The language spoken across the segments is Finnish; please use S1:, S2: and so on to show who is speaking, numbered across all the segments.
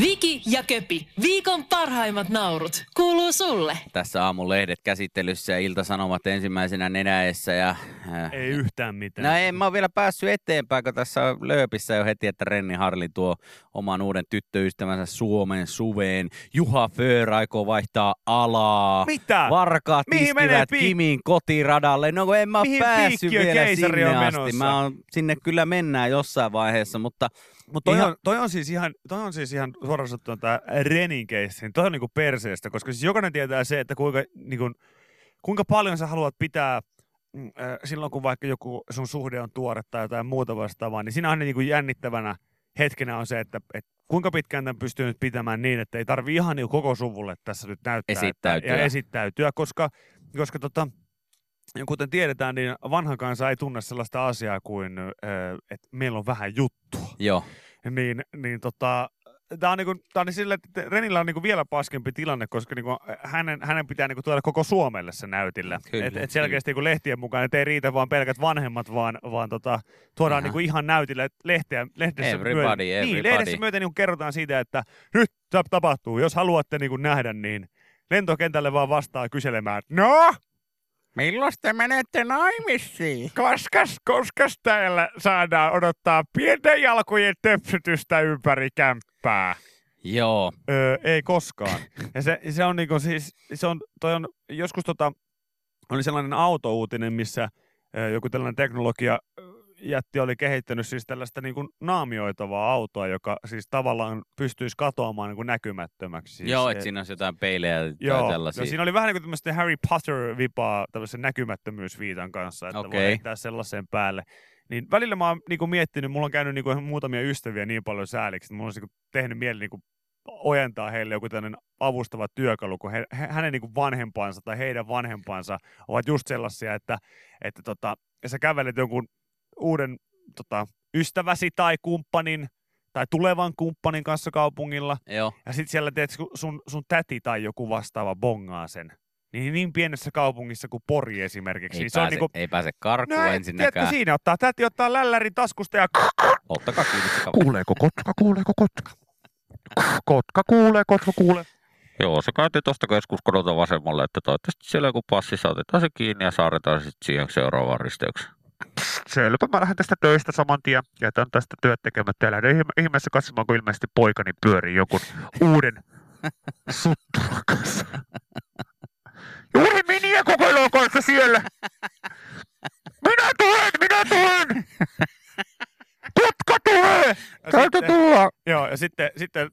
S1: Viki ja Köpi, viikon parhaimmat naurut, kuuluu sulle.
S2: Tässä aamulehdet käsittelyssä ja iltasanomat ensimmäisenä nenäessä. Ja, äh,
S3: Ei yhtään mitään.
S2: no en mä ole vielä päässyt eteenpäin, kun tässä on lööpissä jo heti, että Renni Harli tuo oman uuden tyttöystävänsä Suomen suveen. Juha Föör aikoo vaihtaa alaa.
S3: Mitä?
S2: Varkaat
S3: Mihin menee
S2: iskivät
S3: piik-
S2: Kimin kotiradalle. No kun en mä oo
S3: Mihin
S2: päässyt
S3: piikkiö
S2: vielä
S3: keisari
S2: sinne
S3: on
S2: asti.
S3: menossa?
S2: Mä on, sinne kyllä mennään jossain vaiheessa, mutta
S3: Mutta toi,
S2: Ihan-
S3: on, toi, on siis ihan, toi on siis ihan suoraan sanottuna tämä Renin case, niin toi on niinku perseestä, koska siis jokainen tietää se, että kuinka, niinku, kuinka paljon sä haluat pitää mm, äh, silloin, kun vaikka joku sun suhde on tuore tai jotain muuta vastaavaa, niin siinä aina niinku jännittävänä hetkenä on se, että et kuinka pitkään tämän pystyy nyt pitämään niin, että ei tarvi ihan niinku koko suvulle tässä nyt näyttää. että-
S2: Esittäytyä.
S3: ja esittäytyä, koska, koska tota, ja kuten tiedetään, niin vanha kansa ei tunne sellaista asiaa kuin, ö, että meillä on vähän juttua
S2: joo.
S3: niin, niin tota, tämä on, niinku, tää on niin sillä, että Renillä on niinku vielä paskempi tilanne, koska niinku, hänen, hänen pitää niinku tuoda koko Suomelle se näytillä.
S2: Kyllä,
S3: et,
S2: Mm, kyllä.
S3: et selkeästi niinku lehtien mukaan, että ei riitä vaan pelkät vanhemmat, vaan, vaan tota, tuodaan
S2: Aha.
S3: niinku ihan näytillä. et Lehteä, lehdessä
S2: Everybody,
S3: myöten, Niin,
S2: everybody.
S3: lehdessä myöten niinku kerrotaan siitä, että nyt tap- tapahtuu. Jos haluatte niinku nähdä, niin lentokentälle vaan vastaa kyselemään, että no,
S2: Milloin te menette naimisiin?
S3: Klaskas, koskas täällä saadaan odottaa pienten jalkojen töpsytystä ympäri kämppää.
S2: Joo.
S3: Öö, ei koskaan. Ja se, se on niinku siis, se on, toi on joskus tota, oli sellainen autouutinen, missä öö, joku tällainen teknologia öö, jätti oli kehittänyt siis tällaista niinku naamioitavaa autoa, joka siis tavallaan pystyisi katoamaan niinku näkymättömäksi. Siis,
S2: joo, että
S3: et-
S2: siinä on jotain peilejä tai
S3: No,
S2: tällaisia.
S3: siinä oli vähän niin kuin tämmöistä Harry Potter-vipaa tämmöisen näkymättömyysviitan kanssa, että okay. voi
S2: Okei.
S3: heittää sellaisen päälle. Niin välillä mä oon niinku miettinyt, mulla on käynyt niinku ihan muutamia ystäviä niin paljon sääliksi, että mulla on niinku tehnyt mieli niinku ojentaa heille joku tämmöinen avustava työkalu, kun he, he- hänen niinku vanhempansa tai heidän vanhempansa ovat just sellaisia, että, että tota, sä kävelet jonkun uuden tota, ystäväsi tai kumppanin tai tulevan kumppanin kanssa kaupungilla,
S2: Joo.
S3: ja sitten siellä teet, kun sun, sun täti tai joku vastaava bongaa sen. Niin niin pienessä kaupungissa kuin Pori esimerkiksi.
S2: Ei,
S3: niin
S2: pääse,
S3: se on niinku,
S2: ei pääse karkuun
S3: Näin,
S2: ensinnäkään.
S3: tiedätkö, siinä ottaa, täti ottaa lällärin taskusta ja
S2: Ottakaa kiinni se kaveri.
S3: kuuleeko kotka, kuuleeko kotka. Kotka kuulee, kotka kuulee.
S4: Joo, se käytiin tuosta keskuskodolta vasemmalle, että toivottavasti siellä joku passi saatetaan se kiinni ja saarretaan se sitten siihen seuraavaan risteykseen.
S3: Selvä, mä lähden tästä töistä saman tien. Jätän tästä työt tekemättä. Älä ihmeessä katsomaan, kun ilmeisesti poikani pyörii joku uuden sutturan kanssa. Juuri miniä kokoilua kanssa siellä. Minä tulen, minä tulen. Tutka tulee.
S4: Täältä tullaan!
S3: Joo, ja sitten, sitten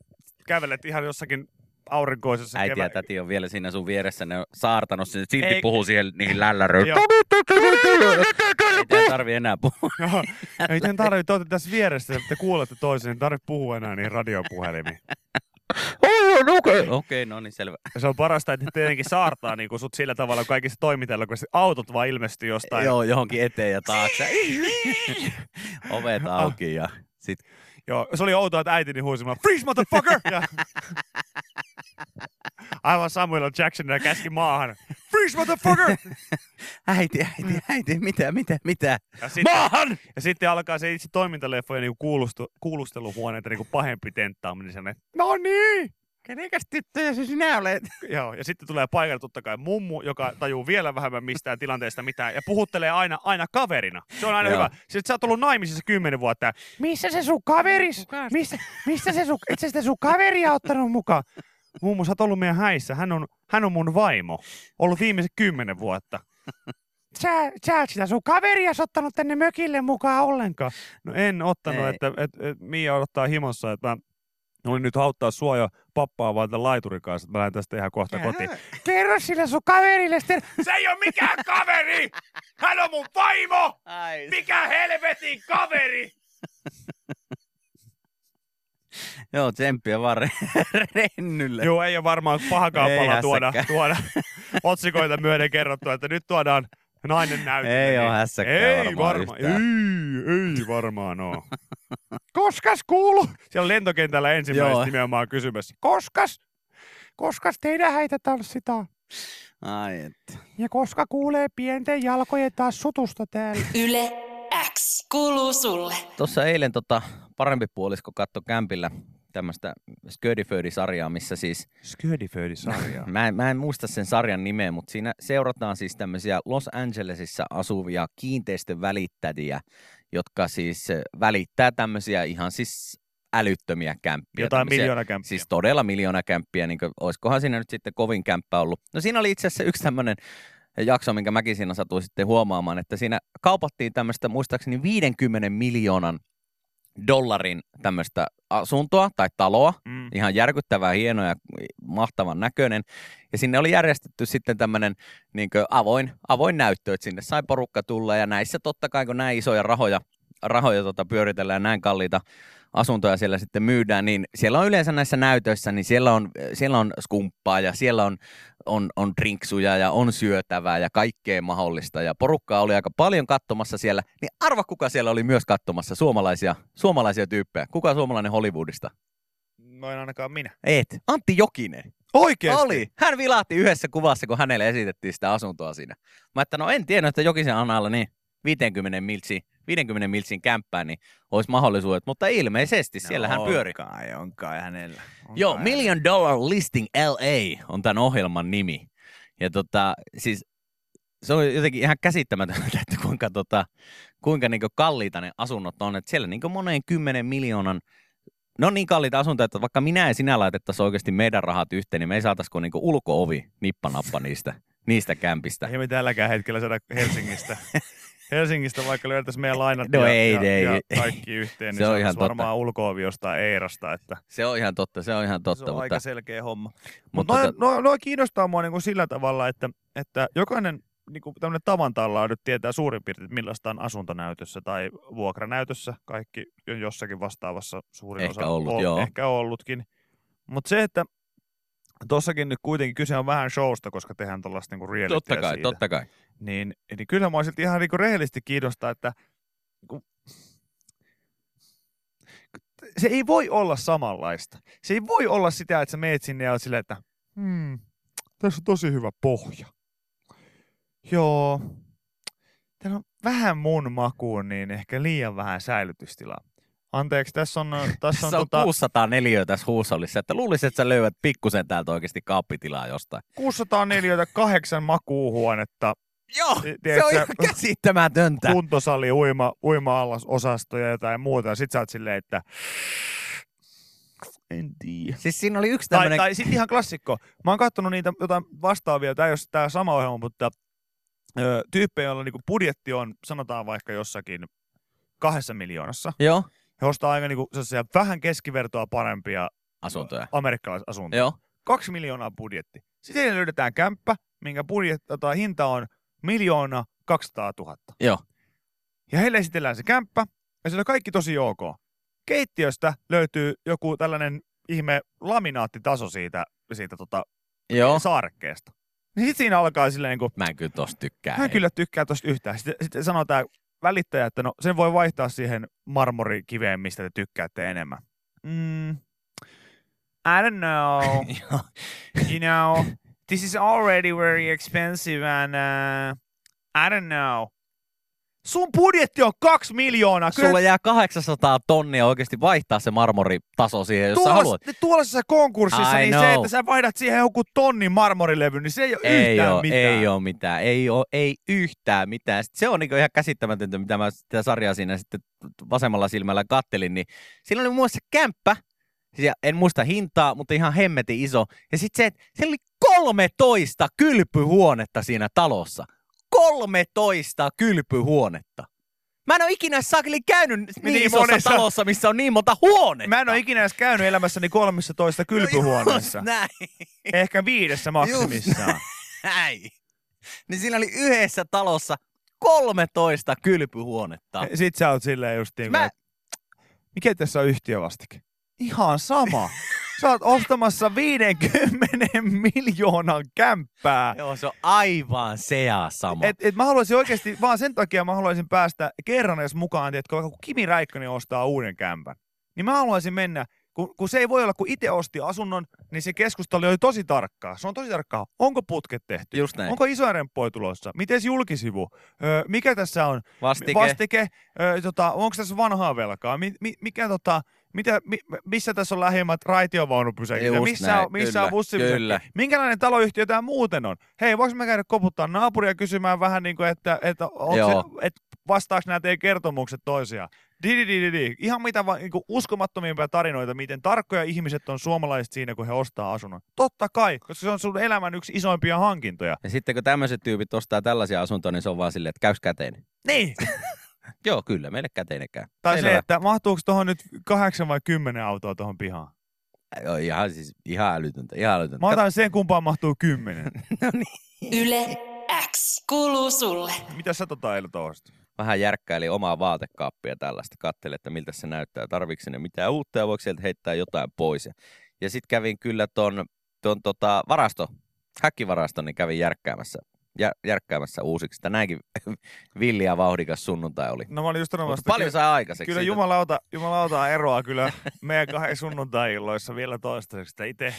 S3: kävelet ihan jossakin aurinkoisessa
S2: Äiti ja
S3: kevä-
S2: täti on vielä siinä sun vieressä, ne on saartanut sen, silti
S3: Ei-
S2: ei, puhuu siihen niihin lälläröihin.
S3: Joo.
S2: Mitä ei tarvi enää puhua.
S3: Joo. Ei tämän tarvitse, te olette tässä vieressä, te kuulette toisen, ei tarvitse puhua enää niin radiopuhelimiin.
S2: Okei, okay, no niin selvä.
S3: Ja Se on parasta, että ne tietenkin saartaa niin sut sillä tavalla kaikissa toimitella, kun se autot vaan ilmestyy jostain.
S2: Joo, johonkin eteen ja taakse. Ovet
S3: Ah.
S2: auki ja sit
S3: Joo, se oli outoa, että äitini huusi mulle, freeze motherfucker! Ja... Aivan Samuel L. Jackson ja käski maahan, freeze motherfucker!
S2: äiti,
S3: Mm.
S2: äiti, äiti, mitä, mitä, mitä?
S3: Ja sitten,
S2: Maahan!
S3: ja sitten alkaa se itse toimintaleffojen niinku kuulustu, kuulusteluhuoneita niinku pahempi tenttaaminen. Sellainen,
S2: No niin! Kenekäs tyttöjä se sinä olet?
S3: Joo, ja sitten tulee paikalle totta kai mummu, joka tajuu vielä vähemmän mistään tilanteesta mitään ja puhuttelee aina, aina kaverina. Se on aina
S2: Joo.
S3: hyvä. Sitten sä oot ollut naimisissa kymmenen vuotta. ja, Missä se sun kaveris? Missä, missä se sun, et sä sitä sun kaveria ottanut mukaan? Mummu, sä oot ollut meidän häissä. Hän on, hän on mun vaimo. Ollut viimeiset kymmenen vuotta. Sä, sä oot sitä sun kaveria ottanut tänne mökille mukaan ollenkaan. No en ottanut,
S2: Ei.
S3: että, että, että Mia odottaa himossa, että mä mä olin nyt auttaa sua ja pappaa vaan tämän laiturin kanssa, että mä lähden tästä ihan kohta kotiin. Kerro sillä sun kaverille sitten. Se ei ole mikään kaveri! Hän on mun vaimo!
S2: Ai,
S3: Mikä helvetin kaveri!
S2: Joo, tsemppiä vaan re- rennylle.
S3: Joo, ei ole varmaan pahakaan
S2: Ei
S3: pala tuoda,
S2: hässäkkää.
S3: tuoda otsikoita myöden kerrottu, että nyt tuodaan nainen näytille.
S2: Ei
S3: niin-
S2: oo hässäkkää
S3: Ei
S2: varmaan
S3: varmaan,
S2: yhtään.
S3: ei, ei varmaan oo. Koskas kuuluu? Siellä on lentokentällä ensimmäistä
S2: Joo.
S3: nimenomaan kysymässä. Koskas? Koskas teidän häitä tanssitaan?
S2: Ai, että.
S3: Ja koska kuulee pienten jalkojen taas sutusta täällä.
S1: Yle X, kuuluu sulle.
S2: Tuossa eilen tota parempi puolisko katto kämpillä tämmöistä Sködifödi-sarjaa, missä siis,
S3: Sködifödi-sarjaa.
S2: mä en, mä en muista sen sarjan nimeä, mutta siinä seurataan siis tämmöisiä Los Angelesissa asuvia kiinteistövälittäjiä, jotka siis ö, välittää tämmöisiä ihan siis älyttömiä kämppiä.
S3: Jotain
S2: tämmöisiä-
S3: miljoona kämppiä.
S2: Siis todella miljoonakämppiä, niin kuin, olisikohan siinä nyt sitten kovin kämppä ollut. No siinä oli itse asiassa yksi tämmöinen jakso, minkä mäkin siinä satuin sitten huomaamaan, että siinä kaupattiin tämmöistä muistaakseni 50 miljoonan dollarin tämmöistä asuntoa tai taloa,
S3: Mm.
S2: ihan järkyttävää, hieno ja mahtavan näköinen. Ja sinne oli järjestetty sitten tämmöinen niin avoin, avoin näyttö, että sinne sai porukka tulla ja näissä totta kai kun näin isoja rahoja, rahoja tota pyöritellään ja näin kalliita asuntoja siellä sitten myydään, niin siellä on yleensä näissä näytöissä, niin siellä on, siellä on skumppaa ja siellä on, on, on drinksuja ja on syötävää ja kaikkea mahdollista. Ja porukkaa oli aika paljon katsomassa siellä, niin arva kuka siellä oli myös katsomassa suomalaisia, suomalaisia tyyppejä. Kuka suomalainen Hollywoodista?
S3: Noin ainakaan minä.
S2: Et. Antti Jokinen.
S3: Oikeesti?
S2: Oli. Hän vilahti yhdessä kuvassa, kun hänelle esitettiin sitä asuntoa siinä. Mä että no en tiedä, että Jokisen Analla niin 50 miltsin, 50 miltsin kämppään, niin olisi mahdollisuudet, mutta
S3: No.
S2: ilmeisesti siellä hän pyöri.
S3: Onkai, onkai hänellä. Onkai
S2: Joo, Million Dollar Listing LA on tämän ohjelman nimi. Ja tota, siis se on jotenkin ihan käsittämätöntä, että kuinka, tota, kuinka niinku kalliita ne asunnot on. Että siellä niinku moneen kymmenen miljoonan, ne on niin kalliita asuntoja, että vaikka minä ja sinä laitettaisiin oikeasti meidän rahat yhteen, niin me ei saataisi kuin niinku ulko-ovi nippanappa niistä, niistä kämpistä.
S3: Ei me tälläkään hetkellä saada Helsingistä. Helsingistä vaikka löytäisi meidän lainat
S2: No
S3: ja,
S2: ei,
S3: ja,
S2: ei.
S3: ja, kaikki yhteen,
S2: Se
S3: niin
S2: on
S3: se
S2: ihan
S3: on
S2: totta.
S3: varmaan ulko-ovi jostain Eerasta. Että
S2: Se on ihan totta, se on ihan totta.
S3: se on
S2: mutta,
S3: aika selkeä homma.
S2: mutta
S3: Mutta noi,
S2: tota-
S3: no, noi kiinnostaa mua niinku sillä tavalla, että, että jokainen niinku tämmöinen tavan nyt tietää suurin piirtein, millaista on asuntonäytössä tai vuokranäytössä. Kaikki on jossakin vastaavassa suurin
S2: Ehkä
S3: osa.
S2: ollut, joo.
S3: Ehkä ollutkin. Mutta se, että tossakin nyt kuitenkin kyse on vähän showsta, koska tehdään tuollaista niinku realitya
S2: totta kai,
S3: siitä.
S2: totta kai.
S3: Niin, niin kyllä mä silti ihan niinku rehellisesti kiinnostaa, että niinku, se ei voi olla samanlaista. Se ei voi olla sitä, että sä meet sinne ja oot silleen, että hmm, tässä on tosi hyvä pohja. Joo, täällä on vähän mun makuun, niin ehkä liian vähän säilytystilaa. Anteeksi, tässä on, tässä
S2: Tässä
S3: on,
S2: on,
S3: tota,
S2: 604 tässä huusollissa, että luulisin, että sä löydät pikkusen täältä oikeasti kaappitilaa jostain.
S3: 648 makuuhuonetta,
S2: Joo,
S3: Ti-
S2: se on
S3: tiedätkö-
S2: ihan käsittämätöntä.
S3: kuntosali, uima, uima-osasto ja jotain muuta. Ja sit sä oot silleen, että en tiedä.
S2: Siis siinä oli yksi
S3: Tai,
S2: tämmöinen...
S3: tai sitten ihan klassikko. Mä oon kattonut niitä jotain vastaavia, tämä ei ole tää sama ohjelma, mutta ö, tyyppejä, joilla niinku budjetti on, sanotaan vaikka jossakin kahdessa miljoonassa.
S2: Joo,
S3: He ostaa aika niinku sellaisia vähän keskivertoa parempia
S2: asuntoja.
S3: amerikkalaisasuntoja.
S2: Joo,
S3: Kaksi miljoonaa budjetti. Sitten heille löydetään kämppä, minkä budjet, tota, hinta on miljoona 200 000.
S2: Joo.
S3: Ja heille esitellään se kämppä, ja siellä on kaikki tosi ok. Keittiöstä löytyy joku tällainen ihme laminaattitaso siitä, siitä tota,
S2: joo.
S3: saarekkeesta. Niin sitten siinä alkaa silleen, niin kuin,
S2: Mä en kyllä tosta tykkää.
S3: hän
S2: hei.
S3: kyllä tykkää tosta yhtään. Sitten, sitten sanoo tämä välittäjä, että no, sen voi vaihtaa siihen marmorikiveen, mistä te tykkäätte enemmän. Mm, I don't know.
S2: Joo.
S3: you know, this is already very expensive and uh, I don't know. Sun budjetti on kaksi miljoonaa. Kyllä
S2: Sulla jää 800 tonnia oikeasti vaihtaa se marmoritaso siihen, jos sä
S3: tuolla, niin
S2: haluat.
S3: tuollaisessa konkurssissa
S2: I
S3: niin
S2: know.
S3: se, että sä vaihdat siihen joku tonnin marmorilevy, niin se ei ole
S2: Ei
S3: yhtään
S2: oo,
S3: mitään.
S2: ei oo mitään, ei oo, ei yhtään mitään. Sit se on niinku ihan käsittämätöntä, mitä mä sitä sarjaa siinä sitten vasemmalla silmällä kattelin, niin siinä oli muun muassa kämppä, Siis ja en muista hintaa, mutta ihan hemmetin iso. Ja sitten se, että siellä oli 13 kylpyhuonetta siinä talossa. 13 kylpyhuonetta. Mä en ole ikinä sakeli käynyt niin,
S3: Niin
S2: isossa
S3: monessa.
S2: talossa, missä on niin monta huonetta.
S3: Mä en ole ikinä edes käynyt elämässäni 13 kylpyhuoneessa.
S2: Just näin.
S3: Ehkä viidessä maksimissaan.
S2: Näin. Niin siinä oli yhdessä talossa 13 kylpyhuonetta.
S3: Sit sä oot silleen just niin
S2: Mä-
S3: Mä... mikä tässä on yhtiövastike? Ihan sama. Sä oot ostamassa 50 miljoonan kämppää.
S2: Joo, se on aivan se ja sama.
S3: Et, et mä haluaisin oikeasti, vaan sen takia mä haluaisin päästä kerran edes mukaan, tiedätkö, vaikka kun Kimi Räikkönen ostaa uuden kämpän, niin mä haluaisin mennä, kun, kun se ei voi olla, kun itse osti asunnon, niin se keskustelu oli tosi tarkkaa. Se on tosi tarkkaa. Onko putket tehty?
S2: Just näin.
S3: Onko isoja remppoja tulossa? Miten julkisivu? Öö, mikä tässä on?
S2: Vastike.
S3: Vastike. Öö, tota, Onko tässä vanhaa velkaa? Mi, mi, mikä tota, Mitä, mi, missä tässä on lähimmät raitiovaunupysäkit? Ja
S2: Just
S3: missä
S2: näin,
S3: on, missä on
S2: kyllä,
S3: bussipysäkki?
S2: kyllä.
S3: Minkälainen taloyhtiö tämä muuten on? Hei, voinko mä käydä koputtaa naapuria kysymään vähän niin kuin, että, että, onko
S2: Joo.
S3: se, että vastaako nämä teidän kertomukset toisiaan? Dididididi. Ihan mitä vaan niin kuin uskomattomimpia tarinoita, miten tarkkoja ihmiset on suomalaiset siinä, kun he ostaa asunnon. Totta kai, koska se on sun elämän yksi isoimpia hankintoja.
S2: Ja sitten kun tämmöiset tyypit ostaa tällaisia asuntoja, niin se on vaan silleen, että käyks käteinen.
S3: Niin.
S2: Joo, kyllä, meille käteinen käy.
S3: Tai
S2: Selvä.
S3: se, että mahtuuko tuohon nyt kahdeksan vai kymmenen autoa tuohon pihaan?
S2: Joo, ihan siis ihan älytöntä, ihan älytöntä.
S3: Mä otan sen, kumpaan mahtuu kymmenen.
S1: Yle X. Kuuluu sulle.
S3: Mitä sä tota Elta ostit?
S2: vähän järkkäili omaa vaatekaappia tällaista, katselin, että miltä se näyttää, tarvitsen ne niin mitään uutta ja voiko sieltä heittää jotain pois. Ja- Ja sitten kävin kyllä ton, ton tota varasto, häkkivaraston, niin kävin järkkäämässä, jär, järkkäämässä uusiksi. Tämä näinkin villi ja vauhdikas sunnuntai oli.
S3: No mä olin just
S2: Mutta
S3: sanomassa, että
S2: paljon
S3: kyllä,
S2: sai aikaiseksi.
S3: kyllä
S2: siitä.
S3: jumalauta, jumalauta eroa kyllä meidän kahden sunnuntai-illoissa vielä toistaiseksi. Että Ite,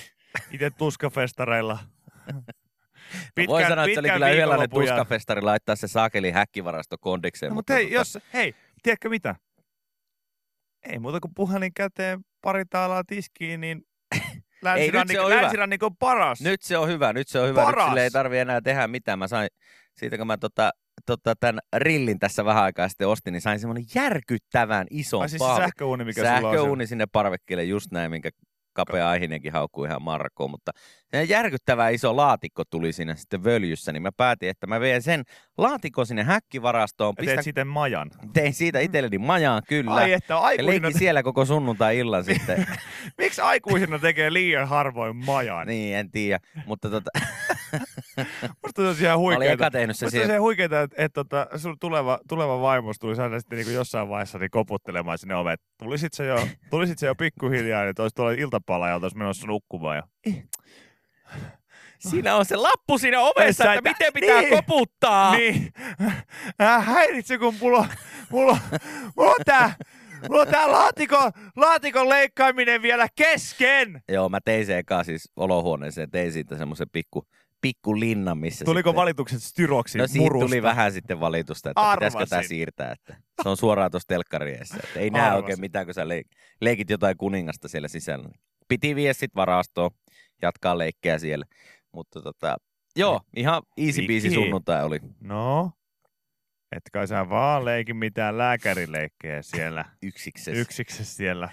S3: ite tuskafestareilla.
S2: Mä Voin sanoa, että se oli kyllä yhdenlainen
S3: viikonlopun jälkeen.
S2: tuskafestari laittaa se saakeli häkkivarasto kondikseen. tota-
S3: No, mutta hei, jos, hei, tiedätkö mitä? Ei muuta kuin puhelin käteen, pari taalaa tiskiin, niin
S2: se
S3: länsirannikon,
S2: on hyvä.
S3: länsirannikon paras.
S2: Nyt se on hyvä, nyt se on hyvä. Nyt
S3: Paras!
S2: sille ei tarvi enää tehdä mitään. Mä sain, siitä kun mä tota, tota, tämän rillin tässä vähän aikaa sitten ostin, niin sain semmoinen järkyttävän ison
S3: Ai siis se
S2: pahvi.
S3: sähköuuni, mikä sulla on.
S2: Sähköuuni sinne parvekkeelle, just näin, minkä kapea aihinenkin haukkuu ihan markoon, mutta se järkyttävä iso laatikko tuli siinä sitten völjyssä, niin mä päätin, että mä vien sen laatikon sinne häkkivarastoon,
S3: Ja teet
S2: pistän,
S3: sitten majan.
S2: tein siitä itselleni majaan kyllä,
S3: Ai että
S2: ja
S3: aikuinen
S2: leikin siellä koko sunnuntai-illan sitten.
S3: Miksi aikuisena tekee liian harvoin majan? Niin.
S2: niin, en tiedä, mutta tota,
S3: Musta se on ihan
S2: mä olin
S3: huikeeta.
S2: eka tehnyt se
S3: Musta se on
S2: siihen.
S3: ihan huikeeta, että et, tota, sun tuleva, tuleva vaimos tulisi aina sitten niinku jossain vaiheessa niin koputtelemaan sinne oveen. että Tulisit se jo, tulisit se jo pikkuhiljaa, niin olisi tuolla iltapala ja oltaisiin menossa nukkumaan. Ja...
S2: Siinä on se lappu siinä
S3: Ei sä
S2: ovessa,
S3: et-
S2: että miten pitää
S3: Niin.
S2: koputtaa.
S3: Niin, äh, häiritse kun mulla, on- mulla, on- mulla on tää, mulla on tää laatikon, laatikon leikkaaminen vielä kesken.
S2: Joo, mä tein sen eka siis olohuoneeseen, tein siitä semmoisen pikku, pikku linnan, missä
S3: Tuliko
S2: sitten-
S3: valitukset styroksi
S2: No siitä
S3: murusta?
S2: tuli vähän sitten valitusta, että pitäisikö tämä
S3: Arvasin.
S2: siirtää. Että se on suoraan tuossa telkkariessa. Että ei näe
S3: Arvasin.
S2: oikein mitään, kun sä leik- leikit jotain kuningasta siellä sisällä. Piti viedä sitten varastoon, jatkaa leikkejä siellä. Mutta tota, joo, ihan easy
S3: Viki.
S2: biisi sunnuntai oli.
S3: No, et kai sä vaan leiki mitään lääkärileikkejä siellä
S2: Yksiksessä.
S3: yksiksessä siellä.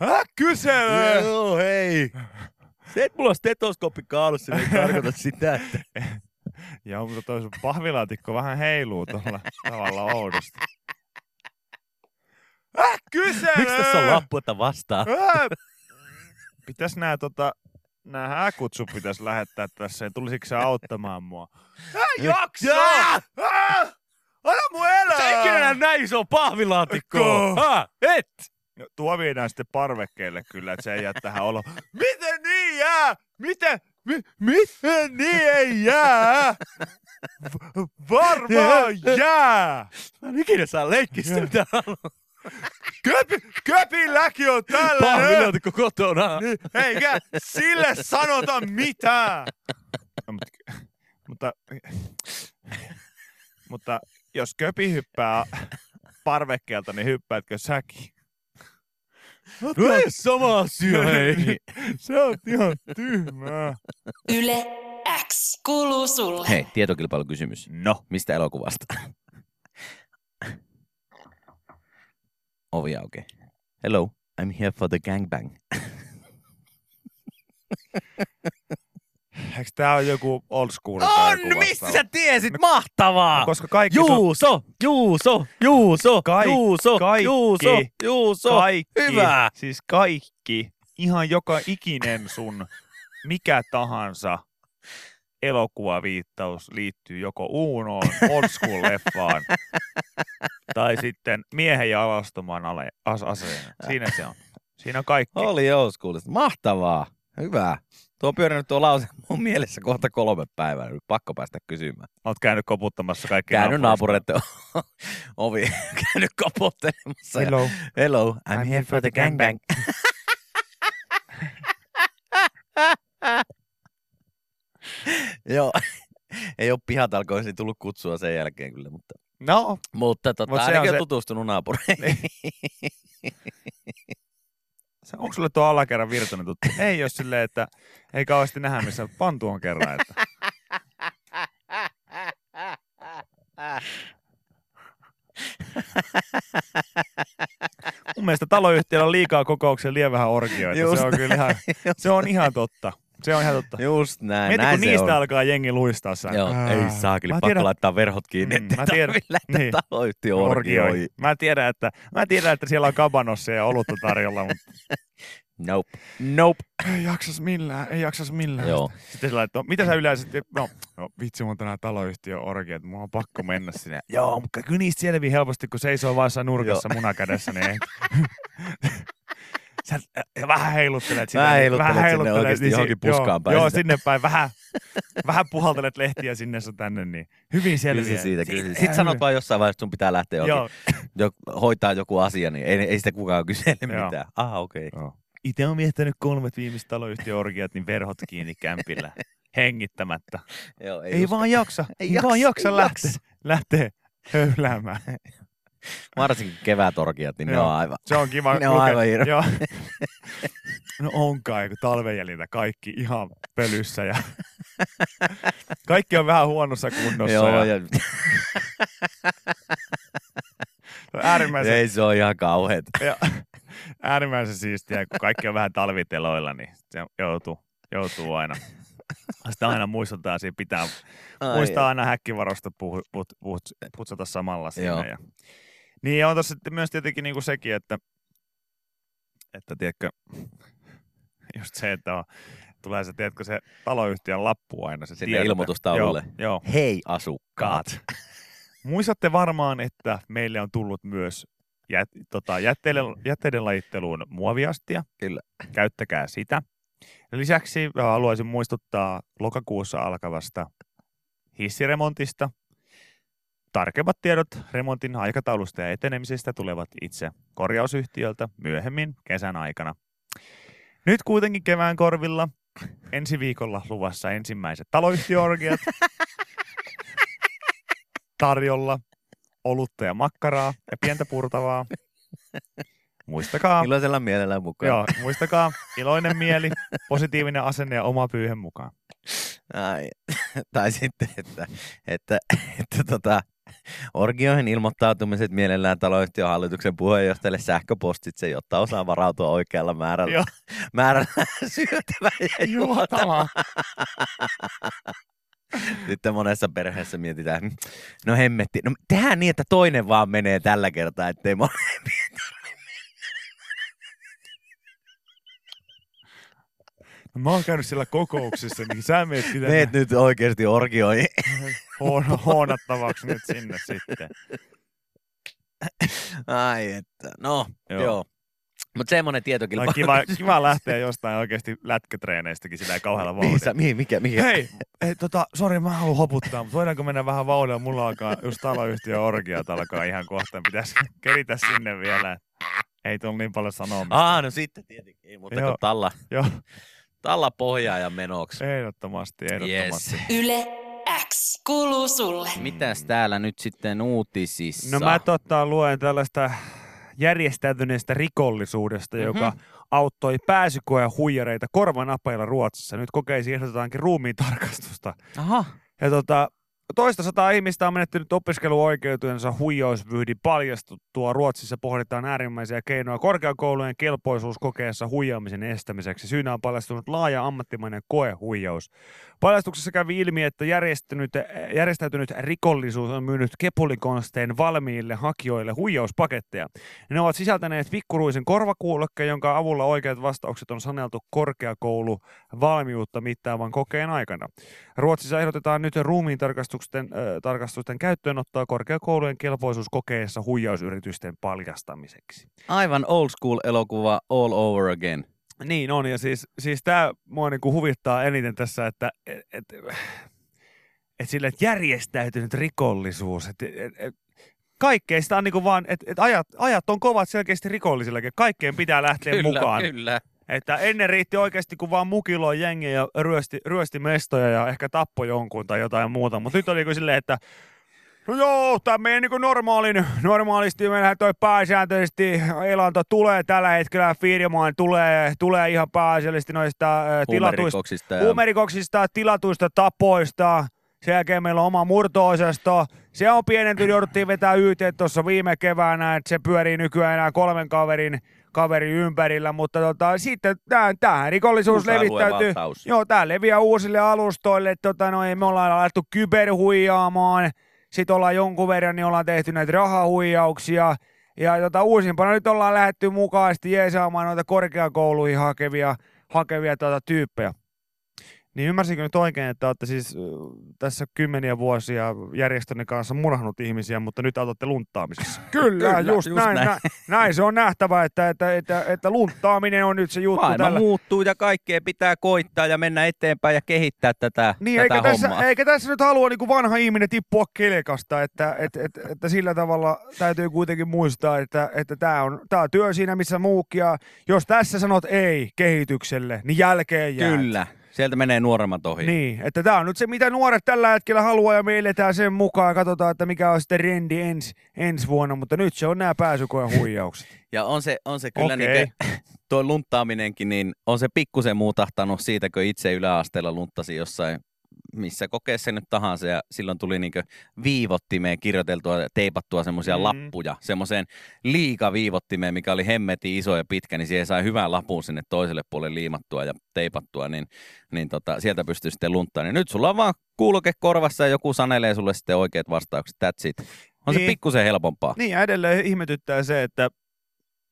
S3: Hä, kysele!
S2: Joo, hei. Se, että mulla on stetoskooppi kaulussa, niin ei tarkoita sitä, että
S3: Joo, mutta toi sun pahvilaatikko vähän heiluu tuolla tavalla oudosti. Hä, kysele!
S2: miksi tässä on lappu, että vastaa.
S3: Hä? Pitäis nää tota... Nää häkutsu pitäis lähettää tässä, ja tulisitko sä auttamaan mua? Hä, jaksa!
S2: Jää!
S3: Hä? Anna mun elää!
S2: Sä ikinä
S3: Äh.
S2: näe näin iso pahvilaatikko.
S3: Ko.
S2: Ha, et!
S3: Ah, No, tuo viedään sitten parvekkeelle kyllä, että se ei jää tähän olo. Miten niin jää? Miten? Mi- miten niin ei jää? V- varmaan jää!
S2: Mä en ikinä saa leikkistä, mitä
S3: Äh.
S2: haluaa.
S3: Köpi, köpilläkin on tällä!
S2: Pahvilaatikko kotona.
S3: Eikä sille sanota mitään! No, mutta, mutta, mutta jos köpi hyppää parvekkeelta, niin hyppäätkö säkin?
S2: No ei sama asia, hei.
S3: Se on ihan tyhmää.
S1: Yle X. Kuuluu sulle.
S2: Hei, tietokilpailukysymys.
S3: No.
S2: Mistä elokuvasta? Ovi auki. Hello, I'm here for the gangbang.
S3: Eikö tää on joku old school? tai
S2: On,
S3: joku
S2: mistä
S3: vastaava?
S2: sä tiesit? Mahtavaa!
S3: Koska kaikki, sun,
S2: Juuso, Juuso, Juuso,
S3: Kaik-
S2: Juuso,
S3: kaikki-
S2: Juuso, Juuso.
S3: kaikki,
S2: hyvä.
S3: siis kaikki, ihan joka ikinen sun mikä tahansa elokuvaviittaus liittyy joko Uunoon, old school leffaan, tai sitten miehen ja alastomaan ale, as, aseen. Siinä se on. Siinä on kaikki.
S2: Oli old schoolista. Mahtavaa. Hyvä. Tuo on pyörinyt tuo lause mun mielessä kohta kolme päivää. Nyt pakko päästä kysymään.
S3: Oot käynyt koputtamassa kaikki
S2: Käynyt
S3: naapureista.
S2: naapureiden ovi. Käynyt koputtelemassa. ja-
S3: Hello.
S2: Hello, I'm, here for the gangbang. Joo, ei ole pihatalkoisiin tullut kutsua sen jälkeen kyllä, mutta
S3: No,
S2: Mutta tota,
S3: Mut
S2: Mut
S3: se on
S2: ainakin on
S3: se- Niin.
S2: tutustunut naapureihin.
S3: se- onko sulle tuo alakerran virtainen tuttu? ei ole silleen, että ei kauheasti nähdä missä pantu on kerran. Että. Mun mielestä taloyhtiöllä on liikaa kokouksia liian vähän orgioita.
S2: Just
S3: Se on kyllä ihan, se on ihan totta. Se on ihan totta.
S2: Just näin,
S3: Mieti,
S2: näin
S3: kun
S2: se
S3: niistä
S2: on.
S3: alkaa jengi luistaa sen.
S2: Joo, ei saakeli,
S3: Mä
S2: pakko
S3: tiedän,
S2: laittaa verhot kiinni,
S3: Mm,
S2: mm,
S3: mä
S2: ettei
S3: tiedän.
S2: tarvitse lähteä
S3: Niin.
S2: niin. taloyhtiön
S3: orgioi.
S2: orgioihin.
S3: Mä tiedän, että, mä tiedän, että siellä on kabanossa ja olutta tarjolla, mutta
S2: Nope. Nope.
S3: ei jaksas millään, ei jaksas millään.
S2: Joo.
S3: Sitten se laittoi, mitä sä yleensä, no, no vitsi, mun on tänään taloyhtiön orgiat, mun on pakko mennä sinne. Joo, mutta kyllä niistä selvii helposti, kun seisoo vaan jossain nurkassa munakädessä, niin ei. Sä äh, vähän heiluttelet sinne.
S2: Vähän heiluttelet sinne oikeesti
S3: si-
S2: johonkin
S3: joo,
S2: puskaan päin
S3: Joo,
S2: sitä.
S3: sinne päin. Vähän, vähän puhaltelet lehtiä sinne sun tänne, niin hyvin
S2: Kyllä se
S3: selviää.
S2: siitä, kyllä. se-
S3: ihan
S2: Sitten sanot
S3: hyvin.
S2: vaan jossain vaiheessa, että sun pitää lähteä
S3: Joo,
S2: johonkin, jo- hoitaa joku asia, niin ei, ei sitä kukaan kysele
S3: Joo.
S2: mitään. Ah, okei. Okay.
S3: Itse on viettänyt kolmet viimeiset taloyhtiöorgiat, niin verhot kiinni kämpillä, hengittämättä.
S2: Joo, ei,
S3: Ei, ei
S2: ei vaan.
S3: vaan jaksa, ei,
S2: Ei
S3: vaan jaksa
S2: jaksa, ei
S3: lähteä,
S2: jaksa.
S3: lähteä höyläämään.
S2: Varsinkin kevätorkiat, niin ne
S3: Joo.
S2: on aivan.
S3: Se on kiva.
S2: Ne on
S3: lukea.
S2: aivan hirveä.
S3: Joo. No on kai, kun talven jäljiltä kaikki ihan pölyssä ja kaikki on vähän huonossa kunnossa.
S2: Joo,
S3: ja...
S2: ja,
S3: Se on Äärimmäisen,
S2: ei se on ihan kauheeta.
S3: ja, äärimmäisen siistiä, kun kaikki on vähän talviteloilla, niin se joutuu, joutuu aina. Sitä aina muistetaan, siinä pitää
S2: Ai
S3: Muista aina häkkivarosta puhu, put, put, putsata samalla siinä.
S2: Joo.
S3: Ja. Niin ja on tässä sitten myös tietenkin niinku sekin, että, että tiedätkö, just se, että on, tulee se, tiedätkö, se taloyhtiön lappu aina. Se
S2: Sinne
S3: tiedote.
S2: ilmoitustaululle.
S3: Joo, joo.
S2: ei. Hei asukkaat.
S3: Kaat. Muistatte varmaan, että meille on tullut myös jät, tota, jätteiden, jätteiden lajitteluun muoviastia.
S2: Kyllä.
S3: Käyttäkää sitä. Lisäksi mä haluaisin muistuttaa lokakuussa alkavasta hissiremontista. Tarkemmat tiedot remontin aikataulusta ja etenemisestä tulevat itse korjausyhtiöltä myöhemmin kesän aikana. Nyt kuitenkin kevään korvilla ensi viikolla luvassa ensimmäiset taloyhtiöorgiat tarjolla olutta ja makkaraa ja pientä purtavaa. Muistakaa,
S2: Iloisella mielellä mukaan.
S3: Ah. joo, muistakaa iloinen mieli, positiivinen asenne ja oma pyyhe mukaan.
S2: Ai, tai sitten, että, että, että tota, orgioihin ilmoittautumiset mielellään taloyhtiön hallituksen puheenjohtajalle sähköpostitse, jotta osaa varautua oikealla
S3: Joo.
S2: määrällä, määrällä syötävää ja juotavaa. Sitten monessa perheessä mietitään, no hemmetti, no tehdään niin, että toinen vaan menee tällä kertaa, ettei mo-
S3: No, Mä oon käynyt siellä kokouksissa, niin sä meet sitä
S2: meet nyt oikeasti orgioihin.
S3: hoon- hoonattavaksi nyt sinne sitten.
S2: Ai että, no
S3: Joo.
S2: joo. joo. Mutta semmoinen
S3: No,
S2: tietokilpailu.
S3: kiva, kiva lähteä jostain oikeasti lätkätreeneistäkin sillä kauhealla
S2: Mihin
S3: vauhdilla.
S2: Niin sä- mihin- mikä, mikä?
S3: Hei, hei tota, sori, mä haluan hoputtaa, mutta voidaanko mennä vähän vauhdilla? Mulla alkaa just taloyhtiö orgiat alkaa ihan kohta. Pitäisi keritä sinne vielä. Ei tule niin paljon sanomista.
S2: Aa, no sitten tietenkin, ei muuta
S3: Joo.
S2: kuin talla,
S3: Joo,
S2: talla pohjaa ja menoksi.
S3: ehdottomasti, ehdottomasti. Yes.
S1: Yle X kuuluu sulle.
S2: Mitäs täällä nyt sitten uutisissa?
S3: No mä totta luen tällaista järjestäytyneestä rikollisuudesta, mm-hmm. joka auttoi pääsykoja huijareita korvanapeilla Ruotsissa. Nyt kokeisiin ehdotetaankin ruumiin tarkastusta.
S2: Aha.
S3: Ja tota, toista sataa ihmistä on menettynyt opiskeluoikeutensa huijausvyhdin paljastuttua. Ruotsissa pohditaan äärimmäisiä keinoja korkeakoulujen kelpoisuuskokeessa huijaamisen estämiseksi. Syynä on paljastunut laaja ammattimainen koehuijaus. Paljastuksessa kävi ilmi, että järjestänyt, järjestäytynyt rikollisuus on myynyt kepulikonstein valmiille hakijoille huijauspaketteja. Ne ovat sisältäneet pikkuruisen korvakuulokkeen, jonka avulla oikeat vastaukset on saneltu korkeakouluvalmiutta mittaavan kokeen aikana. Ruotsissa ehdotetaan nyt ruumiin tarkastusten, äh, tarkastusten käyttöönottoa korkeakoulujen kelpoisuuskokeessa huijausyritysten paljastamiseksi.
S2: Aivan old school elokuva all over again.
S3: Niin on, ja siis, siis tämä mua niinku huvittaa eniten tässä, että et, et, et sille, että järjestäytynyt rikollisuus, että et, et, kaikkea sitä on niinku vaan, että et ajat, ajat on kovat selkeästi rikollisillekin, kaikkeen pitää lähteä mukaan.
S2: kyllä.
S3: Että ennen riitti oikeasti, kun vaan mukiloi jengiä ja ryösti, ryösti mestoja ja ehkä tappoi jonkun tai jotain muuta. Mutta nyt oli kuin silleen, niinku että No joo, tämä meidän niin normaalin, normaalisti meillähän toi pääsääntöisesti elanto tulee tällä hetkellä firmaan, tulee, tulee ihan pääasiallisesti noista ö, tilatuista,
S2: Huumerikoksista ja-
S3: huumerikoksista, tilatuista tapoista. Sen jälkeen meillä on oma murto Se on pienentynyt, jouduttiin vetää YT tuossa viime keväänä, että se pyörii nykyään enää kolmen kaverin, kaverin ympärillä, mutta tota, sitten tämä rikollisuus
S2: Mukaan
S3: levittäytyy.
S2: luevaltaus.
S3: Joo, tää leviää uusille alustoille. Tota, no, me ollaan alettu kyberhuijaamaan. Sitten ollaan jonkun verran, niin ollaan tehty näitä rahahuijauksia. Ja tota, uusimpana nyt ollaan lähetty mukaan sitten jeesaamaan noita korkeakouluihin hakevia, hakevia tota, tyyppejä. Niin ymmärsinkö nyt oikein, että olette siis äh, tässä kymmeniä vuosia järjestönne kanssa murhanut ihmisiä, mutta nyt autatte lunttaamisessa? Kyllä,
S2: Kyllä,
S3: just,
S2: just
S3: näin,
S2: näin.
S3: näin. näin. se on nähtävä, että, että, että, että lunttaaminen on nyt se juttu
S2: Maailma
S3: tällä,
S2: muuttuu ja kaikkea pitää koittaa ja mennä eteenpäin ja kehittää tätä,
S3: Niin,
S2: tätä
S3: eikä tässä,
S2: hommaa.
S3: eikä tässä nyt halua niin vanha ihminen tippua kelkasta, että, et, et, että sillä tavalla täytyy kuitenkin muistaa, että että tämä on, tää on työ siinä, missä muukin. Ja jos tässä sanot ei kehitykselle, niin jälkeen jää.
S2: Kyllä, sieltä menee nuoremmat ohi.
S3: Niin, että tämä on nyt se, mitä nuoret tällä hetkellä haluaa ja me eletään sen mukaan. Katsotaan, että mikä on sitten rendi ens, ensi vuonna, mutta nyt se on nämä pääsykoen huijaukset.
S2: Ja on se, on se kyllä
S3: Okei.
S2: niin tuo lunttaaminenkin, niin on se pikkusen muutahtanut siitä, kun itse yläasteella lunttasi jossain missä kokeessa nyt tahansa ja silloin tuli niinkö viivottimeen kirjoiteltua ja teipattua semmoisia
S3: Mm.
S2: mm. lappuja, semmoiseen liikaviivottimeen, mikä oli hemmetin iso ja pitkä, niin siihen sai hyvän lapun sinne toiselle puolelle liimattua ja teipattua, niin, niin tota, sieltä pystyy sitten lunttaan. Niin nyt sulla on vaan kuuloke korvassa ja joku sanelee sulle sitten oikeat vastaukset, that's it. On niin.
S3: Niin.
S2: se pikkusen helpompaa.
S3: Niin, ja edelleen ihmetyttää se, että,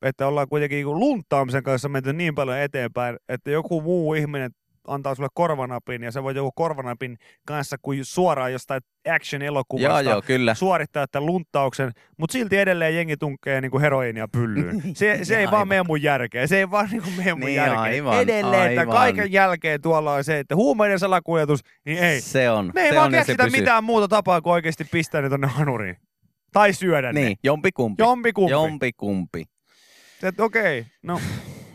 S3: että ollaan kuitenkin niin lunttaamisen kanssa menty niin paljon eteenpäin, että joku muu ihminen antaa sulle korvanapin ja sä voit joku korvanapin kanssa kuin suoraan jostain
S2: Joo,
S3: action-elokuvasta
S2: joo, kyllä.
S3: suorittaa tämän lunttauksen, mutta silti edelleen jengi tunkee niin kuin heroinia pyllyyn. Se, se ei
S2: Aivan.
S3: vaan mene mun järkeen. Se ei vaan niin kuin mene mun
S2: Niin,
S3: järkeen.
S2: aivan,
S3: edelleen, että
S2: aivan.
S3: kaiken jälkeen tuolla on se, että huumeiden salakuljetus, niin ei.
S2: Se on.
S3: Me ei
S2: se
S3: vaan
S2: on, ja se
S3: keksitä
S2: pysyy.
S3: mitään muuta tapaa kuin oikeasti pistää ne tonne hanuriin. Tai syödä ne.
S2: Niin, jompikumpi.
S3: Jompikumpi.
S2: Jompikumpi.
S3: Että okei, no.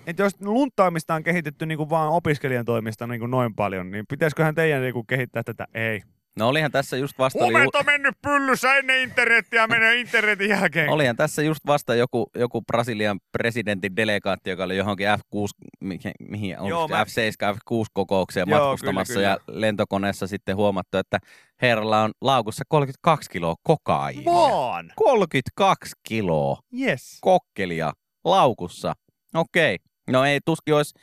S3: Et jos lunttaamista on kehitetty niin kuin vaan opiskelijan toimista niin kuin noin paljon, niin pitäisiköhän teidän niin kuin kehittää tätä? Ei.
S2: No olihan tässä just vasta... oli
S3: Huumeet
S2: u-
S3: on mennyt pyllyssä ennen internetiä ja menee internetin jälkeen.
S2: Olihan tässä just vasta joku, joku Brasilian presidentin delegaatti, joka oli johonkin F6, mihin, mihin on
S3: Joo,
S2: Joo,
S3: mä-
S2: F7, F6 kokoukseen
S3: Joo,
S2: matkustamassa
S3: kyllä,
S2: ja lentokoneessa sitten huomattu, että herralla on laukussa 32 kiloa kokaiinia.
S3: Vaan.
S2: 32 kiloa
S3: Yes.
S2: kokkelia laukussa. Okei. No ei, tuskin olisi,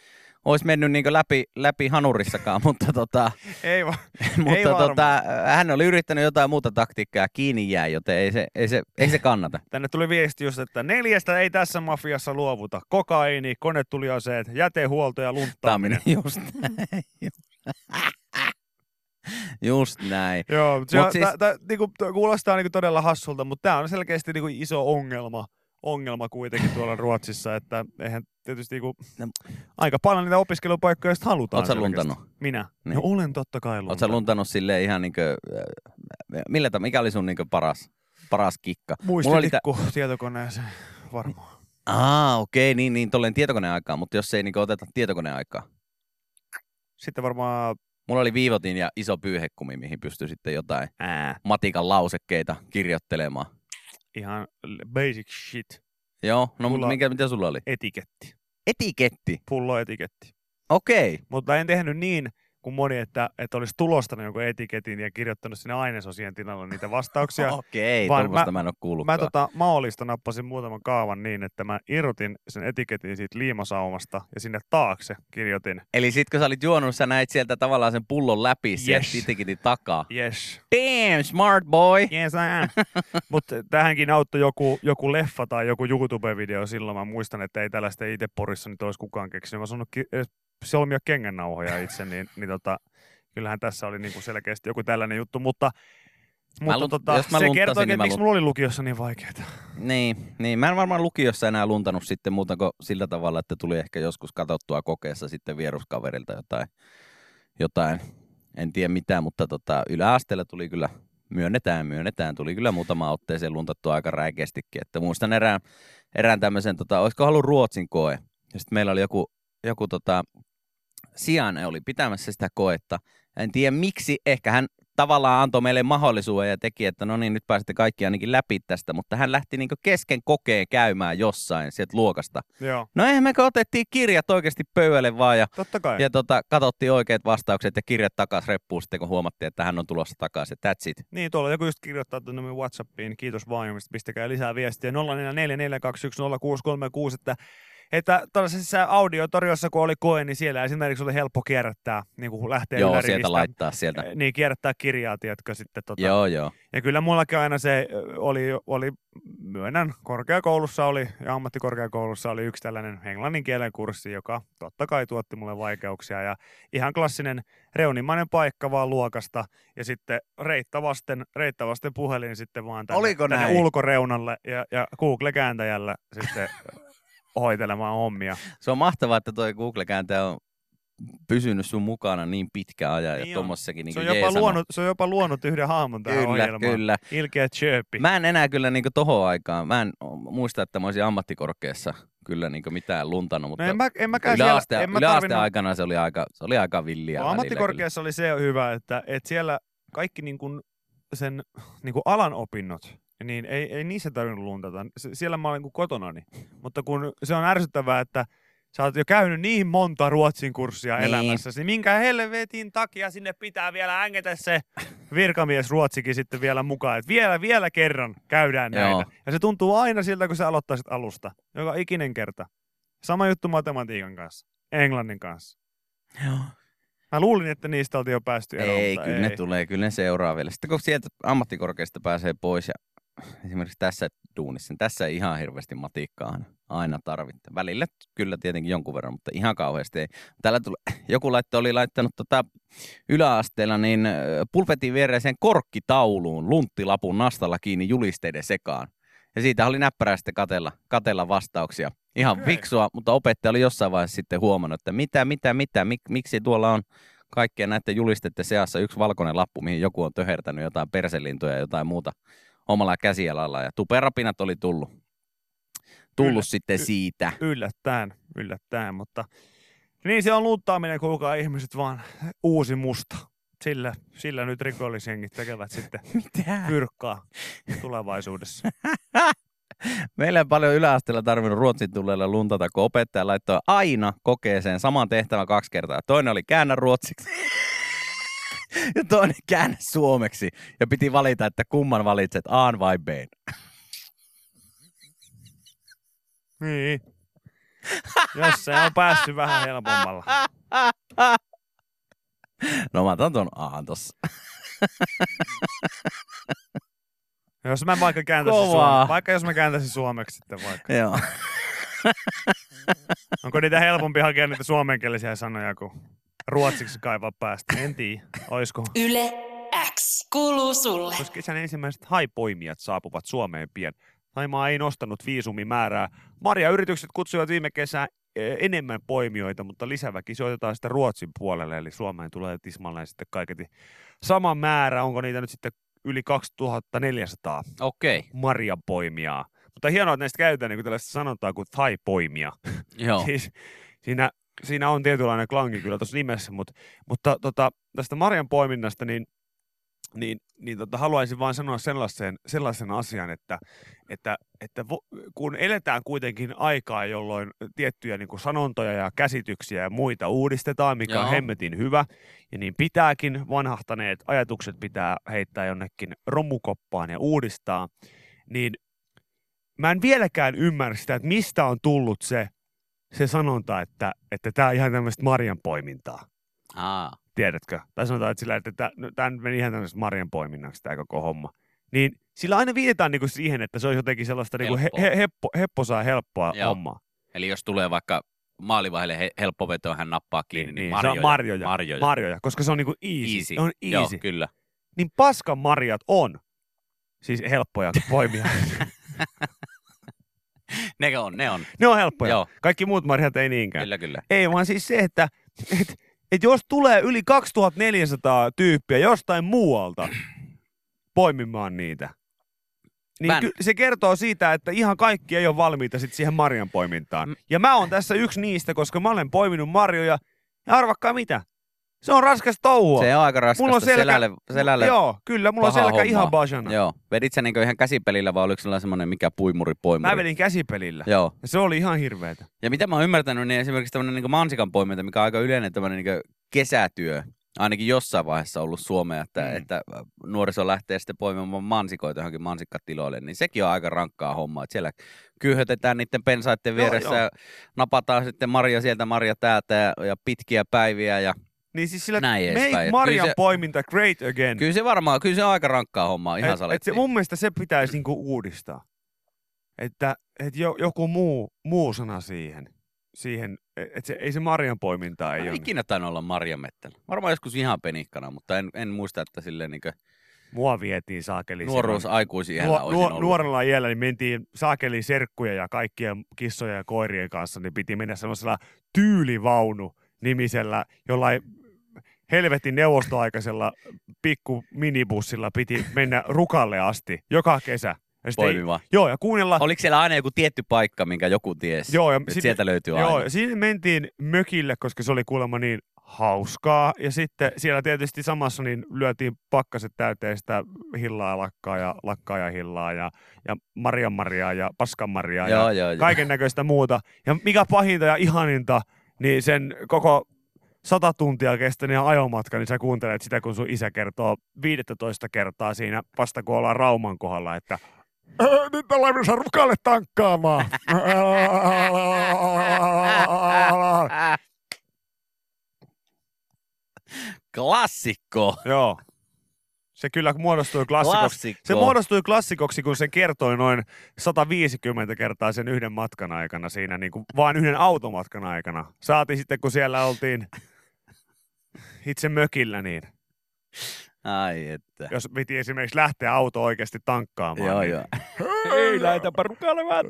S2: olisi mennyt niin läpi, läpi hanurissakaan, mutta tota,
S3: Ei vaan. Ei
S2: Mutta
S3: varmaan.
S2: tota, hän oli yrittänyt jotain muuta taktiikkaa ja kiinni jäi, joten ei se, ei se, ei se kannata.
S3: Tänne tuli viesti just, että neljästä ei tässä mafiassa luovuta. Kokaiini, konetuliaseet, jätehuolto ja lunttaaminen.
S2: Taaminen. Just näin. Just näin.
S3: Joo, mutta
S2: Mut
S3: siis...
S2: siis-
S3: niinku, t- kuulostaa niinku todella hassulta, mutta tämä on selkeästi niinku iso ongelma, ongelma kuitenkin tuolla Ruotsissa, että eihän tietysti niinku,
S2: No.
S3: aika paljon niitä opiskelupaikkoja sit halutaan.
S2: Oot sä
S3: selkeästi.
S2: luntanut?
S3: Minä? Niin.
S2: Niin.
S3: No olen totta kai
S2: Oletko
S3: luntanut.
S2: luntanut sille ihan niinkö, äh, millä, ta- mikä oli sun niinkö paras, paras kikka? Mulla oli tä-
S3: Muistitikku tietokoneeseen varmaan.
S2: Aa, okei, niin, niin tolleen tietokoneaikaa, mutta jos ei niinkö oteta tietokoneaikaa.
S3: Sitten varmaan...
S2: Mulla oli viivotin ja iso pyyhekumi, mihin pystyi sitten jotain
S3: Ää.
S2: matikan lausekkeita kirjoittelemaan.
S3: Ihan basic shit.
S2: Joo, no
S3: Mulla-
S2: mutta mikä, mitä sulla oli?
S3: Etiketti.
S2: Etiketti.
S3: Pulloetiketti.
S2: Okei.
S3: Mutta en tehnyt niin kuin moni, että, että olisi tulostanut jonkun etiketin ja kirjoittanut sinne ainesosien tilalle niitä vastauksia.
S2: Okei,
S3: Vaan
S2: tuommoista
S3: mä-
S2: mä, en ole
S3: Mä
S2: kuullutkaan.
S3: tota, maolista nappasin muutaman kaavan niin, että mä irrotin sen etiketin siitä liimasaumasta ja sinne taakse kirjoitin
S2: Eli sit kun sä olit juonut, sä näit sieltä tavallaan sen pullon läpi sieltä
S3: Yes.
S2: etiketin takaa.
S3: yes,
S2: Damn, smart boy!
S3: yes I am. Mutta tähänkin auttoi joku, joku leffa tai joku YouTube-video silloin. Mä muistan, että ei tällaista itse porissa nyt olisi kukaan keksinyt. Mä saanut ki- eh, edes solmia kengännauhoja itse, niin, niin tota, kyllähän tässä oli niinku selkeästi joku tällainen juttu, mutta mutta
S2: lunt-
S3: tota,
S2: jos mä
S3: se
S2: lunttasin,
S3: kertoo, että
S2: niin mä
S3: miksi
S2: lunt-
S3: mulla oli lukiossa niin vaikeaa.
S2: Niin, niin, mä en varmaan lukiossa enää luntanut sitten muuta kuin sillä tavalla, että tuli ehkä joskus katsottua kokeessa sitten vieruskaverilta jotain, jotain. en tiedä mitä, mutta tota, yläasteella tuli kyllä, myönnetään, myönnetään, tuli kyllä muutama otteeseen luntattua aika räikeästikin, että muistan erään, erään tämmöisen, tota, olisiko halunnut Ruotsin koe, ja sitten meillä oli joku, joku tota, sijainen oli pitämässä sitä koetta, en tiedä miksi, ehkä hän tavallaan antoi meille mahdollisuuden ja teki, että no niin, nyt pääsette kaikki ainakin läpi tästä, mutta hän lähti niin kesken kokeen käymään jossain sieltä luokasta.
S3: Joo,
S2: No eihän me kun otettiin kirjat oikeasti pöydälle vaan ja
S3: totta kai.
S2: ja tota, katsottiin oikeat vastaukset ja kirjat takaisin reppuun sitten, kun huomattiin, että hän on tulossa takaisin. That's it.
S3: Niin, tuolla joku just kirjoittaa tuonne meidän Whatsappiin. Kiitos vaan, mistä pistäkää lisää viestiä. 0444210636, että että tällaisessa audiotorjossa, kun oli koe, niin siellä esimerkiksi oli helppo kierrättää, niin kuin lähtee
S2: Joo,
S3: ylärivistä,
S2: sieltä laittaa sieltä.
S3: Niin, kierrättää kirjaa, tiedätkö, sitten tota,
S2: Joo, joo.
S3: Ja kyllä mullakin aina se ö, oli, oli, myönnän, korkeakoulussa oli ja ammattikorkeakoulussa oli yksi tällainen englannin kielen kurssi, joka totta kai tuotti mulle vaikeuksia. Ja ihan klassinen reunimainen paikka vaan luokasta ja sitten reittä vasten, reittä vasten puhelin sitten vaan tänne,
S2: Oliko
S3: tänne
S2: näin?
S3: ulkoreunalle ja, ja Google-kääntäjällä sitten hoitelemaan hommia.
S2: Se on mahtavaa, että toi Google-kääntäjä on pysynyt sun mukana niin pitkä ajan
S3: Niin
S2: ja
S3: on.
S2: tuommoissakin niin
S3: Se on, jopa luonut, se on jopa luonut yhden hahmon tähän
S2: Kyllä,
S3: ohjelmaan.
S2: kyllä.
S3: Ilkeä chirpi.
S2: Mä en enää kyllä niinku tohon aikaan, mä en muista, että mä olisin ammattikorkeassa kyllä niinku mitään luntanut, mutta
S3: No en mä, en mäkään
S2: yläaste,
S3: siellä, en mä
S2: yläaste
S3: tarvinnut-
S2: aikana se oli aika, se oli aika
S3: No,
S2: villiä. välillä
S3: ammattikorkeassa oli se hyvä, että, että siellä kaikki niin kuin sen niin kuin alan opinnot, niin ei, ei niissä tarvinnut luntata. S- Siellä mä olin kuin kotonani. Mutta kun se on ärsyttävää, että sä oot jo käynyt niin monta ruotsin kurssia
S2: Niin.
S3: niin. elämässäsi, minkä helvetin takia sinne pitää vielä ängetä se virkamies ruotsikin sitten vielä mukaan. Et vielä, vielä kerran käydään
S2: Joo.
S3: näitä. Ja se tuntuu aina siltä, kun sä aloittaisit alusta. Joka ikinen kerta. Sama juttu matematiikan kanssa. Englannin kanssa.
S2: kyllä. Joo.
S3: Mä luulin, että niistä oltiin jo päästy eroon.
S2: Ei,
S3: mutta
S2: kyllä ne tulee, kyllä ne seuraa vielä. Sitten kun sieltä ammattikorkeasta pääsee pois ja esimerkiksi tässä duunissa, niin tässä ei ihan hirveästi matikkaa aina- aina tarvitse. Välillä kyllä tietenkin jonkun verran, mutta ihan kauheasti ei. Täällä tuli, joku laitto oli laittanut tota yläasteella niin ö, pulpetin viereiseen korkkitauluun lunttilapun nastalla kiinni julisteiden sekaan. Ja siitä oli näppärää sitten katella, katella vastauksia. Ihan
S3: Okei.
S2: fiksua, mutta opettaja oli jossain vaiheessa sitten huomannut, että mitä, mitä, mitä, mik, miksi tuolla on kaikkien näiden julisteiden seassa yksi valkoinen lappu, mihin joku on töhertänyt jotain perselintuja ja jotain muuta omalla käsialalla. Ja tuperapinat oli tullut, tullut
S3: Kyllä.
S2: sitten
S3: Y-
S2: siitä.
S3: Yllättäen, yllättäen, mutta niin se on luuttaaminen, kuulkaa ihmiset vaan uusi musta. Sillä, sillä nyt rikollisjengit tekevät sitten
S2: Mitä?
S3: pyrkkaa tulevaisuudessa.
S2: Meillä ei paljon yläasteella tarvinnut ruotsin tulleilla luntata, kun opettaja laittoi aina kokeeseen saman tehtävän kaksi kertaa. Toinen oli käännä ruotsiksi ja toinen käännä suomeksi. Ja piti valita, että kumman valitset, A vai B.
S3: Niin. Jos se on päässyt vähän helpommalla.
S2: No mä otan ton A tossa.
S3: Jos mä vaikka kääntäisin,
S2: Kovaa.
S3: suom- vaikka jos mä kääntäisin suomeksi sitten vaikka.
S2: Joo.
S3: Onko niitä helpompi hakea niitä suomenkielisiä sanoja kuin ruotsiksi kaivaa päästä? En tiedä. Oisko?
S1: Yle X. Kuuluu sulle.
S3: Koska kesän ensimmäiset haipoimijat saapuvat Suomeen pian. Taimaa ei nostanut viisumimäärää. Marjayritykset kutsuivat viime kesää eh, enemmän poimijoita, mutta lisäväki sijoitetaan sitten Ruotsin puolelle, eli Suomeen tulee tismalleen sitten kaiketi sama määrä. Onko niitä nyt sitten yli 2400
S2: Okei.
S3: marjanpoimijaa? Mutta hienoa, että näistä käytetään niin kuin tällaista sanontaa kuin thai-poimija.
S2: Joo.
S3: Siis, siinä, siinä on tietynlainen klangi kyllä tuossa nimessä, mutta, mutta tota, tästä Marjan poiminnasta niin, niin, niin tota, haluaisin vaan sanoa sellaisen, sellaisen asian, että, että, että vo, kun eletään kuitenkin aikaa, jolloin tiettyjä niin kuin sanontoja ja käsityksiä ja muita uudistetaan, mikä Joo. on
S2: Joo.
S3: hemmetin hyvä, ja niin pitääkin vanhahtaneet ajatukset pitää heittää jonnekin romukoppaan ja uudistaa, niin mä en vieläkään ymmärrä sitä, että mistä on tullut se, se sanonta, että että tämä on ihan tämmöistä marjanpoimintaa.
S2: Aa.
S3: Tiedätkö? Tai sanotaan, että, sillä, että tämä, no, tää nyt meni ihan tämmöistä marjanpoiminnaksi tämä koko homma. Niin sillä aina viitataan niinku siihen, että se olisi jotenkin sellaista niinku he,
S2: Helppoa.
S3: he, heppo, hepposaa helppoa
S2: Joo.
S3: hommaa.
S2: Eli jos tulee vaikka maalivahdelle he- helppo veto, hän nappaa kiinni, niin,
S3: se on
S2: marjoja.
S3: marjoja.
S2: Marjoja.
S3: Marjoja, koska se on niinku easy.
S2: Easy.
S3: Ne on easy.
S2: Joo, kyllä.
S3: niin paskan marjat on siis helppoja poimia.
S2: Ne on, ne on.
S3: ne on helppoja.
S2: Joo,
S3: Kaikki muut marjat ei niinkään.
S2: kyllä, kyllä.
S3: Ei, vaan siis se, että et, et jos tulee yli 2400 tyyppiä jostain muualta poimimaan niitä, niin
S2: Mä en-
S3: ky- se kertoo siitä, että ihan kaikki ei ole valmiita sit siihen marjan poimintaan.
S2: M-
S3: Ja mä oon tässä yksi niistä, koska mä olen poiminut marjoja. Ja arvakkaa mitä? Se on raskas touhua.
S2: Se on aika raskasta.
S3: Mulla on selkä-
S2: Selälle, selälle
S3: Joo, kyllä, mulla on
S2: paha
S3: selkä
S2: hommaa.
S3: ihan bajana.
S2: Joo. Vedit sä niinku ihan käsipelillä vai oliko sulla semmoinen mikä puimuri poimuri?
S3: Mä vedin käsipelillä.
S2: Joo.
S3: Ja Se oli ihan hirveetä.
S2: Ja mitä mä oon ymmärtänyt, niin esimerkiksi tämmöinen niin mansikan poiminta, mikä on aika yleinen tämmöinen niin kesätyö, ainakin jossain vaiheessa ollut Suomea, että,
S3: Mm.
S2: mm. että nuoriso lähtee sitten poimimaan mansikoita johonkin mansikkatiloille, niin sekin on aika rankkaa hommaa. Että siellä kyyhötetään niiden
S3: Joo,
S2: pensaiden vieressä
S3: joo.
S2: ja napataan sitten marja sieltä, marja täältä ja, ja pitkiä päiviä ja
S3: Niin siis sillä
S2: Näin edespäin.
S3: mei
S2: Kyllä
S3: Marjan
S2: se-
S3: poiminta great again.
S2: kyllä se varmaan, kyllä se on aika rankkaa hommaa ihan
S3: et, et se,
S2: salettiin.
S3: mun mielestä se pitäisi niinku uudistaa. Että et jo, joku muu, muu sana siihen. siihen et se, ei se Marjan poiminta ei
S2: Mä en
S3: ole.
S2: ikinä tainnut olla marjamettänä. Varmaan joskus ihan penikkana, mutta en, en muista, että silleen niin
S3: Mua vietiin saakeli.
S2: nuoruus aikuisiellä
S3: Nuo-
S2: olisin
S3: nuo-
S2: ollut.
S3: nuorella iällä niin mentiin saakeliin serkkuja ja kaikkien kissojen ja koirien kanssa, niin piti mennä semmoisella tyylivaunu nimisellä, jollain helvetin neuvostoaikaisella pikku minibussilla piti mennä rukalle asti joka kesä. Ja sitten ei,
S2: Poimimaan.
S3: joo, ja kuunnella,
S2: Oliko siellä aina joku tietty paikka, minkä joku tiesi?
S3: Joo, ja
S2: Että
S3: sit-
S2: sieltä löytyy aina.
S3: joo, siinä mentiin mökille, koska se oli kuulemma niin hauskaa. Ja sitten siellä tietysti samassa niin lyötiin pakkaset täyteen sitä hillaa ja lakkaa ja lakkaa ja hillaa ja, ja marjan marjaa ja paskan marjaa ja
S2: joo, joo, joo.
S3: kaiken näköistä muuta. Ja mikä pahinta ja ihaninta, niin sen koko sata tuntia kestäneen ajomatka, niin sä kuuntelet sitä, kun sun isä kertoo 15 kertaa siinä vasta, kun ollaan Rauman kohdalla, että "Öö, nyt ollaan menossa rukalle tankkaamaan.
S2: Äh. Klassikko.
S3: Joo. Se kyllä muodostui klassikoksi.
S2: Klassikko.
S3: Se muodostui klassikoksi, kun sen kertoi noin 150 kertaa sen yhden matkan aikana siinä, niin kuin vaan yhden automatkan aikana. Saati sitten, kun siellä oltiin itse mökillä, niin
S2: Ai että.
S3: jos piti esimerkiksi lähteä auto oikeasti tankkaamaan.
S2: Joo,
S3: niin,
S2: joo.
S3: Hei, lähetänpä
S2: rukalle vähän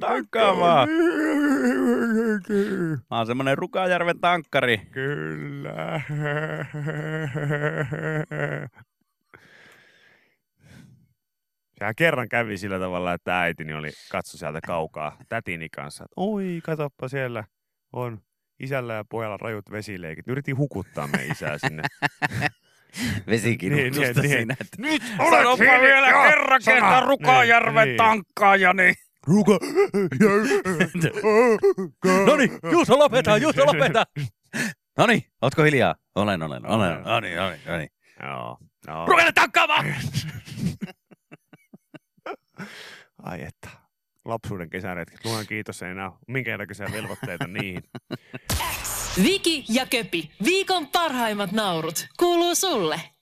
S2: Mä oon semmonen Rukajärven tankkari.
S3: Kyllä. Sehän kerran kävi sillä tavalla, että äitini oli katso sieltä kaukaa tätini kanssa. Että, Oi, katoppa siellä on isällä ja pojalla rajut vesileikit. Yritin hukuttaa me isää sinne.
S2: Vesikidutusta
S3: Niin, niin, niin.
S2: siinä. Että...
S3: Nyt
S2: Sanonpa vielä kerran kerta Rukajärven niin. tankkaaja, niin...
S3: Ruka...
S2: Noniin, Juuso lopeta, Juuso lopeta! Noniin, ootko hiljaa? Olen, olen, olen. Noniin, noniin, noniin.
S3: Joo. joo.
S2: Rukaile tankkaamaan!
S3: Ai että. Lapsuuden kesäretket. Luojan kiitos, ei enää minkä näköisiä velvoitteita niihin.
S1: Viki ja Köpi, viikon parhaimmat naurut, kuuluu sulle.